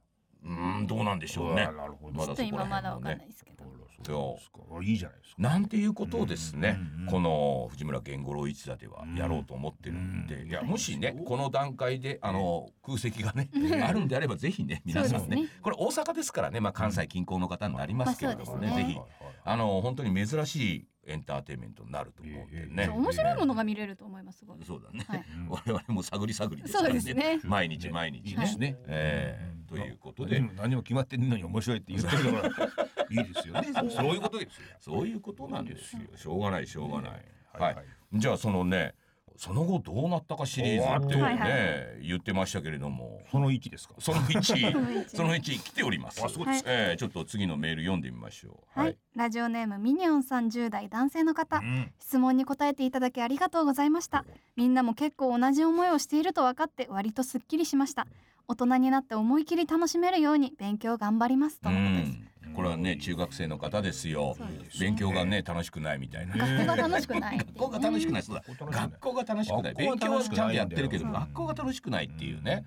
[SPEAKER 1] うんどうなんでしょうね
[SPEAKER 2] あ。なるほど
[SPEAKER 1] ま
[SPEAKER 3] ちょ
[SPEAKER 1] だ
[SPEAKER 3] っと
[SPEAKER 1] そこら
[SPEAKER 3] 今まだわ
[SPEAKER 1] 辺も
[SPEAKER 3] かん
[SPEAKER 1] ね
[SPEAKER 3] ないですけ
[SPEAKER 2] あ
[SPEAKER 3] ど。
[SPEAKER 2] らそうですかあいいじゃないですか
[SPEAKER 1] なんていうことをですね、
[SPEAKER 2] うん
[SPEAKER 1] この藤村源五郎一座ではやろうと思ってるんで、
[SPEAKER 2] うん
[SPEAKER 1] いやもしねこの段階であの空席がね、あるんであればぜひね皆さ
[SPEAKER 3] そ
[SPEAKER 1] ん
[SPEAKER 3] うで
[SPEAKER 1] ね
[SPEAKER 3] すね
[SPEAKER 1] これ大阪ですからね、まあ、関西近郊の方になりますけれどもね,、
[SPEAKER 3] まあそう
[SPEAKER 1] ぜ
[SPEAKER 3] ですね
[SPEAKER 1] ひあの本当に珍しいエンターテインメントになると思うんで
[SPEAKER 2] え
[SPEAKER 1] ね
[SPEAKER 2] え
[SPEAKER 3] そう。面白いものが見れると思います。すごい。
[SPEAKER 1] そうだね、
[SPEAKER 3] はい。
[SPEAKER 2] うん
[SPEAKER 1] 我々も探り探りですか
[SPEAKER 3] そう
[SPEAKER 1] らね
[SPEAKER 3] ですね。
[SPEAKER 1] 毎日毎日
[SPEAKER 3] は
[SPEAKER 1] で
[SPEAKER 3] い
[SPEAKER 1] すね。ええということで
[SPEAKER 2] 何も何も決まってんのに面白いって言っ てるからいいですよねそういうことですよ
[SPEAKER 1] そういうことなんですよしょうがないしょうがない。
[SPEAKER 2] はい
[SPEAKER 1] はいじゃあそのねその後どうなったかシリーズってね、
[SPEAKER 3] おーはいは
[SPEAKER 1] 言ってましたけれども
[SPEAKER 2] その一ですか
[SPEAKER 1] その1
[SPEAKER 3] 1
[SPEAKER 1] その1来ております
[SPEAKER 2] あそう
[SPEAKER 3] です
[SPEAKER 1] ええちょっと次のメール読んでみましょう
[SPEAKER 3] はい、。ラジオネームミニオンさん10代男性の方
[SPEAKER 2] う。ん
[SPEAKER 3] 質問に答えていただきありがとうございましたみんなも結構同じ思いをしていると分かって割とすっきりしました大人になって思い切り楽しめるように勉強頑張りますと
[SPEAKER 1] う
[SPEAKER 3] のことです
[SPEAKER 1] んこれはね中学生の方ですよ
[SPEAKER 3] そうですね
[SPEAKER 1] 勉強がね楽しくないみたいな
[SPEAKER 3] 学校が楽しくない
[SPEAKER 1] 学校が楽しくないそうだ
[SPEAKER 2] 学校楽しくない
[SPEAKER 1] 学校が楽しくない勉強は
[SPEAKER 2] 学校が楽しく
[SPEAKER 1] ち
[SPEAKER 2] ない
[SPEAKER 1] ゃんとやってるけど
[SPEAKER 2] うん
[SPEAKER 1] 学校が楽しくないっていうね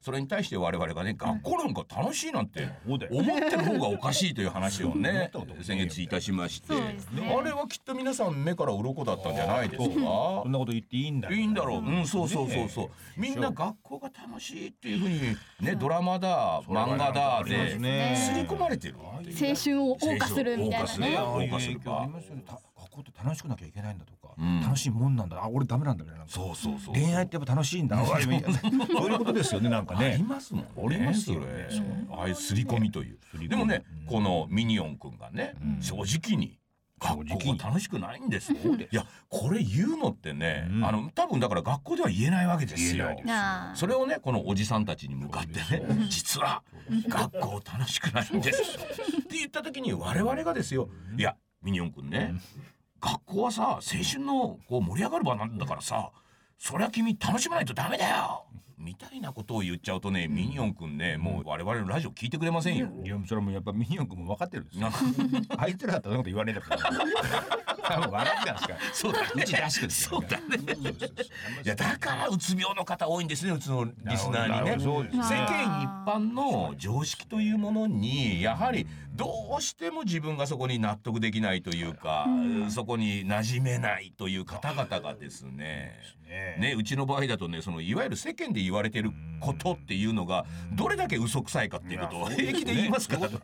[SPEAKER 1] それに対して我々がね学校なんか楽しいなんて
[SPEAKER 2] そうだよ
[SPEAKER 1] 思ってる方がおかしいという話をね
[SPEAKER 2] 思ったこと
[SPEAKER 1] 先月いたしまして、
[SPEAKER 3] そうですね
[SPEAKER 1] あれはきっと皆さん目から鱗だったんじゃないですか
[SPEAKER 2] そんなこと言っていいんだ
[SPEAKER 1] いいんだろう、うん、そうそうそうそう、みんな
[SPEAKER 2] が
[SPEAKER 1] 学校が楽しいっていうふうにねドラマだ漫画だ
[SPEAKER 2] それ
[SPEAKER 1] で
[SPEAKER 2] はなんかあります
[SPEAKER 3] ね
[SPEAKER 1] 刷り込まれてるっていう
[SPEAKER 3] 青春を謳歌するみたいなね
[SPEAKER 1] 青春を謳歌する
[SPEAKER 2] そういう影響ありますよねた学校って楽しくなきゃいけないんだとか、
[SPEAKER 1] うん
[SPEAKER 2] 楽しいもんなんだあ俺ダメなんだみたいな
[SPEAKER 1] そうそうそう
[SPEAKER 2] 恋愛ってやっぱ楽しいんだあ俺もいいや そういうことですよねなんか
[SPEAKER 1] あり
[SPEAKER 2] ね
[SPEAKER 1] ますもんね
[SPEAKER 2] ありますよね
[SPEAKER 1] それああいう刷り込みという、でもね、
[SPEAKER 2] うん
[SPEAKER 1] このミニオンくんがね、
[SPEAKER 2] うん
[SPEAKER 1] 正直に学
[SPEAKER 2] 正直
[SPEAKER 1] 校
[SPEAKER 2] に
[SPEAKER 1] が楽しくないんですよ
[SPEAKER 2] そうです
[SPEAKER 1] いやこれ言うのってね、
[SPEAKER 2] うん
[SPEAKER 1] あの多分だから学校では言えないわけですよ
[SPEAKER 2] 言えないです
[SPEAKER 3] なあ
[SPEAKER 1] それをねこのおじさんたちに向かってね実は学校楽しくないんですって言った時に我々がですよいやミニオンくんね学校はさ青春のこう盛り上がる場なんだからさそりゃ君楽しまないとダメだよみたいなことを言っちゃうとねミニオンくんねもう我々のラジオ聞いてくれませんよ。
[SPEAKER 2] いやそれもやっぱミニオン君も分かってるんです
[SPEAKER 1] な
[SPEAKER 2] よ
[SPEAKER 1] んか
[SPEAKER 2] あいつらだったらそんなこと言わねえだろ笑ってたんですから
[SPEAKER 1] そうだね
[SPEAKER 2] うちらしくです
[SPEAKER 1] そ
[SPEAKER 2] よ
[SPEAKER 1] うだね
[SPEAKER 2] そうそうそう
[SPEAKER 1] いやだからうつ病の方多いんですねうちのリスナーにね。
[SPEAKER 2] そうです
[SPEAKER 1] 世
[SPEAKER 2] ね
[SPEAKER 1] 間一般の常識というものにやはりどうしても自分がそこに納得できないというかそこに馴染めないという方々がですねねうちの場合だとねそのいわゆる世間で言われてることっていうのがどれだけ嘘くさいかっていうことを平気で言いますからね。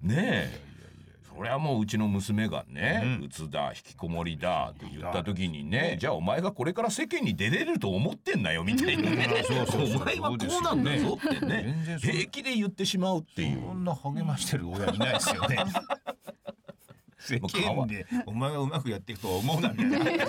[SPEAKER 1] ねえそりゃもううちの娘がね、うつだ引きこもりだって言った時にねじゃあお前がこれから世間に出れると思ってんなよみたいなね
[SPEAKER 2] そうそうそう
[SPEAKER 1] お前はこうなんだぞってね
[SPEAKER 2] 全然そんな
[SPEAKER 1] 平気で言ってしまうっていう
[SPEAKER 2] こんな励ましてる親いないですよね。世間でお前がうまくやっていくとは思うなみたいな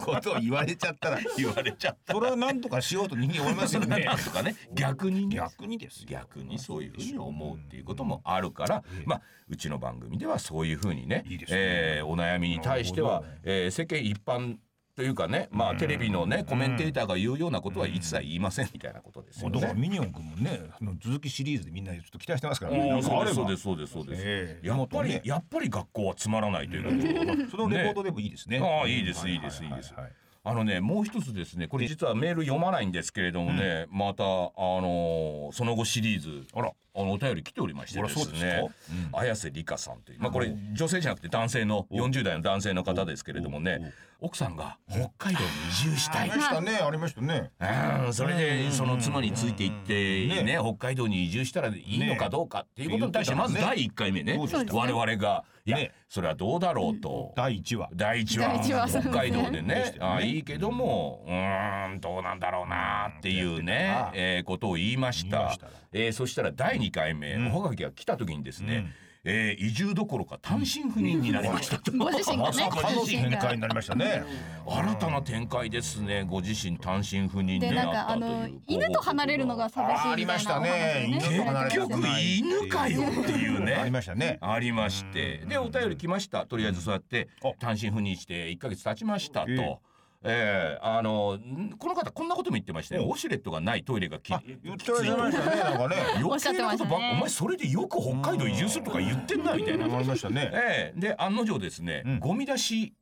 [SPEAKER 2] ことを言われちゃったら
[SPEAKER 1] 言われちゃった
[SPEAKER 2] それを何とかしようと人間思いますよね
[SPEAKER 1] なん。とかね逆にね
[SPEAKER 2] 逆にですよ。
[SPEAKER 1] 逆にそういうふうに思うっていうこともあるから、
[SPEAKER 2] ええ
[SPEAKER 1] まあうちの番組ではそういうふうにね
[SPEAKER 2] いいですね
[SPEAKER 1] えーお悩みに対しては、
[SPEAKER 2] なるほど
[SPEAKER 1] えー世間一般というかね、まあ、テレビのね、コメンテーターが言うようなことは一切言いませんみたいなことですよ
[SPEAKER 2] だから
[SPEAKER 1] ね。
[SPEAKER 2] ミニオン君もね、あの続きシリーズでみんなちょっと期待してますから、ね。
[SPEAKER 1] お
[SPEAKER 2] な
[SPEAKER 1] ー
[SPEAKER 2] んか
[SPEAKER 1] そ
[SPEAKER 2] あ
[SPEAKER 1] う
[SPEAKER 2] れ
[SPEAKER 1] です
[SPEAKER 2] ば
[SPEAKER 1] そうですそうですそうです。
[SPEAKER 2] ええ
[SPEAKER 1] やっぱり、
[SPEAKER 2] ね
[SPEAKER 1] やっぱり学校はつまらないということを
[SPEAKER 2] そのレポートでもいいですね。
[SPEAKER 1] ああいいですいいですいいです
[SPEAKER 2] はは
[SPEAKER 1] あのねもう一つですねこれ実はメール読まないんですけれどもね、またあのーその後シリーズあらあのお便り来ておりましてで
[SPEAKER 2] あら
[SPEAKER 1] す
[SPEAKER 2] そうですか
[SPEAKER 1] ね綾瀬理香さんというまあこれ女性じゃなくて男性の40代の男性の方ですけれどもね奥さんが北海道に移住した
[SPEAKER 2] あ
[SPEAKER 1] い
[SPEAKER 2] りましたねありましたね。
[SPEAKER 1] うんそれでその妻についていって
[SPEAKER 2] うん
[SPEAKER 1] ね北海道に移住したらいいのかどうかっていうことに対してまず第1回目ね
[SPEAKER 2] そう
[SPEAKER 3] ですね
[SPEAKER 1] 我々がいや
[SPEAKER 2] ね
[SPEAKER 1] それはどうだろうと
[SPEAKER 2] 第一話。
[SPEAKER 1] 第一話
[SPEAKER 3] 第一話そうです
[SPEAKER 1] 北
[SPEAKER 3] ね
[SPEAKER 1] 海道でね
[SPEAKER 2] でしたよね
[SPEAKER 1] あいいけどもうーんどうなんだろうなっていうね
[SPEAKER 2] やっ、てたな
[SPEAKER 1] えーことを言いまし
[SPEAKER 2] 言い
[SPEAKER 1] た
[SPEAKER 2] ました
[SPEAKER 1] えーそしたら第2回目、
[SPEAKER 2] ん
[SPEAKER 1] おはがきが来た時にですね、えー移住どころか単身赴任になりましたと。
[SPEAKER 3] ご自身が
[SPEAKER 2] ま
[SPEAKER 3] ね
[SPEAKER 2] さかの
[SPEAKER 3] ご自身
[SPEAKER 2] 展
[SPEAKER 3] が
[SPEAKER 2] 開になりましたね。
[SPEAKER 1] 新たな展開ですね。ご自身単身赴任に
[SPEAKER 3] でなん
[SPEAKER 1] なっ
[SPEAKER 3] かあ
[SPEAKER 1] たと
[SPEAKER 3] の
[SPEAKER 1] いう。
[SPEAKER 3] 犬と離れるのが寂し
[SPEAKER 2] あ
[SPEAKER 3] い
[SPEAKER 2] り
[SPEAKER 3] みた
[SPEAKER 2] ま
[SPEAKER 3] い
[SPEAKER 2] し
[SPEAKER 3] な
[SPEAKER 2] たね。犬
[SPEAKER 3] お話をね
[SPEAKER 2] と離れた
[SPEAKER 1] 結局犬かよっていうね
[SPEAKER 2] ありましたね。
[SPEAKER 1] ありましてでお便り来ましたとりあえずそうやって
[SPEAKER 2] あ
[SPEAKER 1] 単身赴任して1ヶ月経ちましたと。
[SPEAKER 2] ええ
[SPEAKER 1] えーあのんこの方こんなことも言ってましたよ、
[SPEAKER 2] うん
[SPEAKER 1] ウォシュレットがないトイレがき
[SPEAKER 2] あ
[SPEAKER 1] き
[SPEAKER 2] 言って
[SPEAKER 1] つ
[SPEAKER 2] ま
[SPEAKER 1] いと
[SPEAKER 2] したね。なんかね。
[SPEAKER 1] 余
[SPEAKER 3] おっしゃっ
[SPEAKER 1] 計
[SPEAKER 3] て
[SPEAKER 1] な
[SPEAKER 3] ま
[SPEAKER 1] こ
[SPEAKER 3] し
[SPEAKER 1] とば
[SPEAKER 3] たね
[SPEAKER 1] っかお前それでよく北海道移住するとか言ってんなみたいな
[SPEAKER 2] ありましたね。
[SPEAKER 1] ええで案の定ですね、
[SPEAKER 2] うん
[SPEAKER 1] ゴミ出し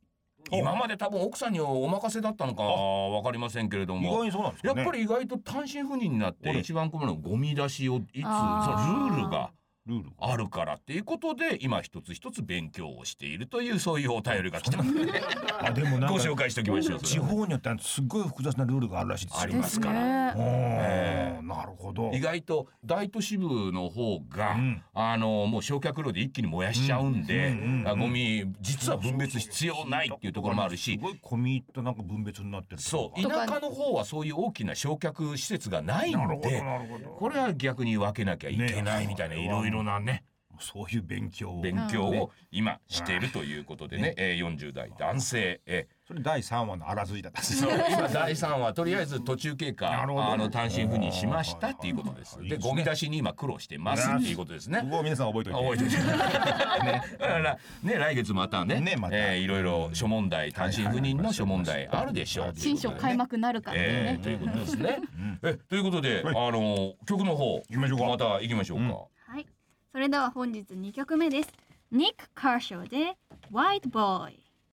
[SPEAKER 2] お
[SPEAKER 1] 今まで多分奥さんにお任せだったのかわかりませんけれど
[SPEAKER 2] 意外
[SPEAKER 1] も。
[SPEAKER 2] にそうなんです
[SPEAKER 1] や
[SPEAKER 2] か
[SPEAKER 1] っ
[SPEAKER 2] ね。
[SPEAKER 1] ぱり意外と単身赴任になっ
[SPEAKER 2] あ
[SPEAKER 1] て
[SPEAKER 2] れ
[SPEAKER 1] 一番困るのはゴミ出しをいつそ
[SPEAKER 3] あー
[SPEAKER 1] のルールが
[SPEAKER 2] ルールが。
[SPEAKER 1] あるからっていうことで今一つ一つ勉強をしているというそういうお便りが来てます
[SPEAKER 2] あでもなん
[SPEAKER 1] ご
[SPEAKER 2] か
[SPEAKER 1] 紹介しておきましょうそ
[SPEAKER 2] 地
[SPEAKER 1] れは
[SPEAKER 2] 方によってはすごい複雑なルールがあるらしいですよ。
[SPEAKER 1] ありますから
[SPEAKER 2] お
[SPEAKER 3] ね
[SPEAKER 2] ー
[SPEAKER 1] え
[SPEAKER 2] なるほど。
[SPEAKER 1] 意外と大都市部の方が、
[SPEAKER 2] うん
[SPEAKER 1] あのもう焼却炉で一気に燃やしちゃうんで、
[SPEAKER 2] うんうんうん
[SPEAKER 1] あゴミ実は分別必要ないっていうところもあるし
[SPEAKER 2] すごい込み入ったなんか分別になってる。
[SPEAKER 1] そう
[SPEAKER 3] とか
[SPEAKER 1] 田舎の方はそういう大きな焼却施設がない
[SPEAKER 2] なる
[SPEAKER 1] ん
[SPEAKER 2] ほど
[SPEAKER 1] で
[SPEAKER 2] なるほど。
[SPEAKER 1] これは逆に分けなきゃいけない
[SPEAKER 2] ね
[SPEAKER 1] みたいないろいろなね
[SPEAKER 2] そういう勉強を。
[SPEAKER 1] 勉強を今しているということでねえー40代男性え
[SPEAKER 2] それ第三話のあらすじだったんです
[SPEAKER 1] ー
[SPEAKER 2] よ。
[SPEAKER 1] 今第3話とりあえず途中経過
[SPEAKER 2] なるほど
[SPEAKER 1] あの単身赴任しましたっていうことです
[SPEAKER 2] はいはい
[SPEAKER 1] でゴミ出しに今苦労してますっていうことですね
[SPEAKER 2] ここを皆さん覚えておいて。
[SPEAKER 1] 覚えておいて だからね来月またね
[SPEAKER 2] ねまた
[SPEAKER 1] えーいろいろ諸問題単身赴任の諸問題あるでしょう
[SPEAKER 3] 新書開幕なるから
[SPEAKER 1] え
[SPEAKER 3] ね
[SPEAKER 1] ー、ということです ね。
[SPEAKER 2] ん
[SPEAKER 1] えということで、
[SPEAKER 2] はい
[SPEAKER 1] あの曲の方
[SPEAKER 2] きましょうか
[SPEAKER 1] また行きましょうか。
[SPEAKER 2] うん
[SPEAKER 3] はいそれでは本日2曲目ですニック・カーショーで「White Boy」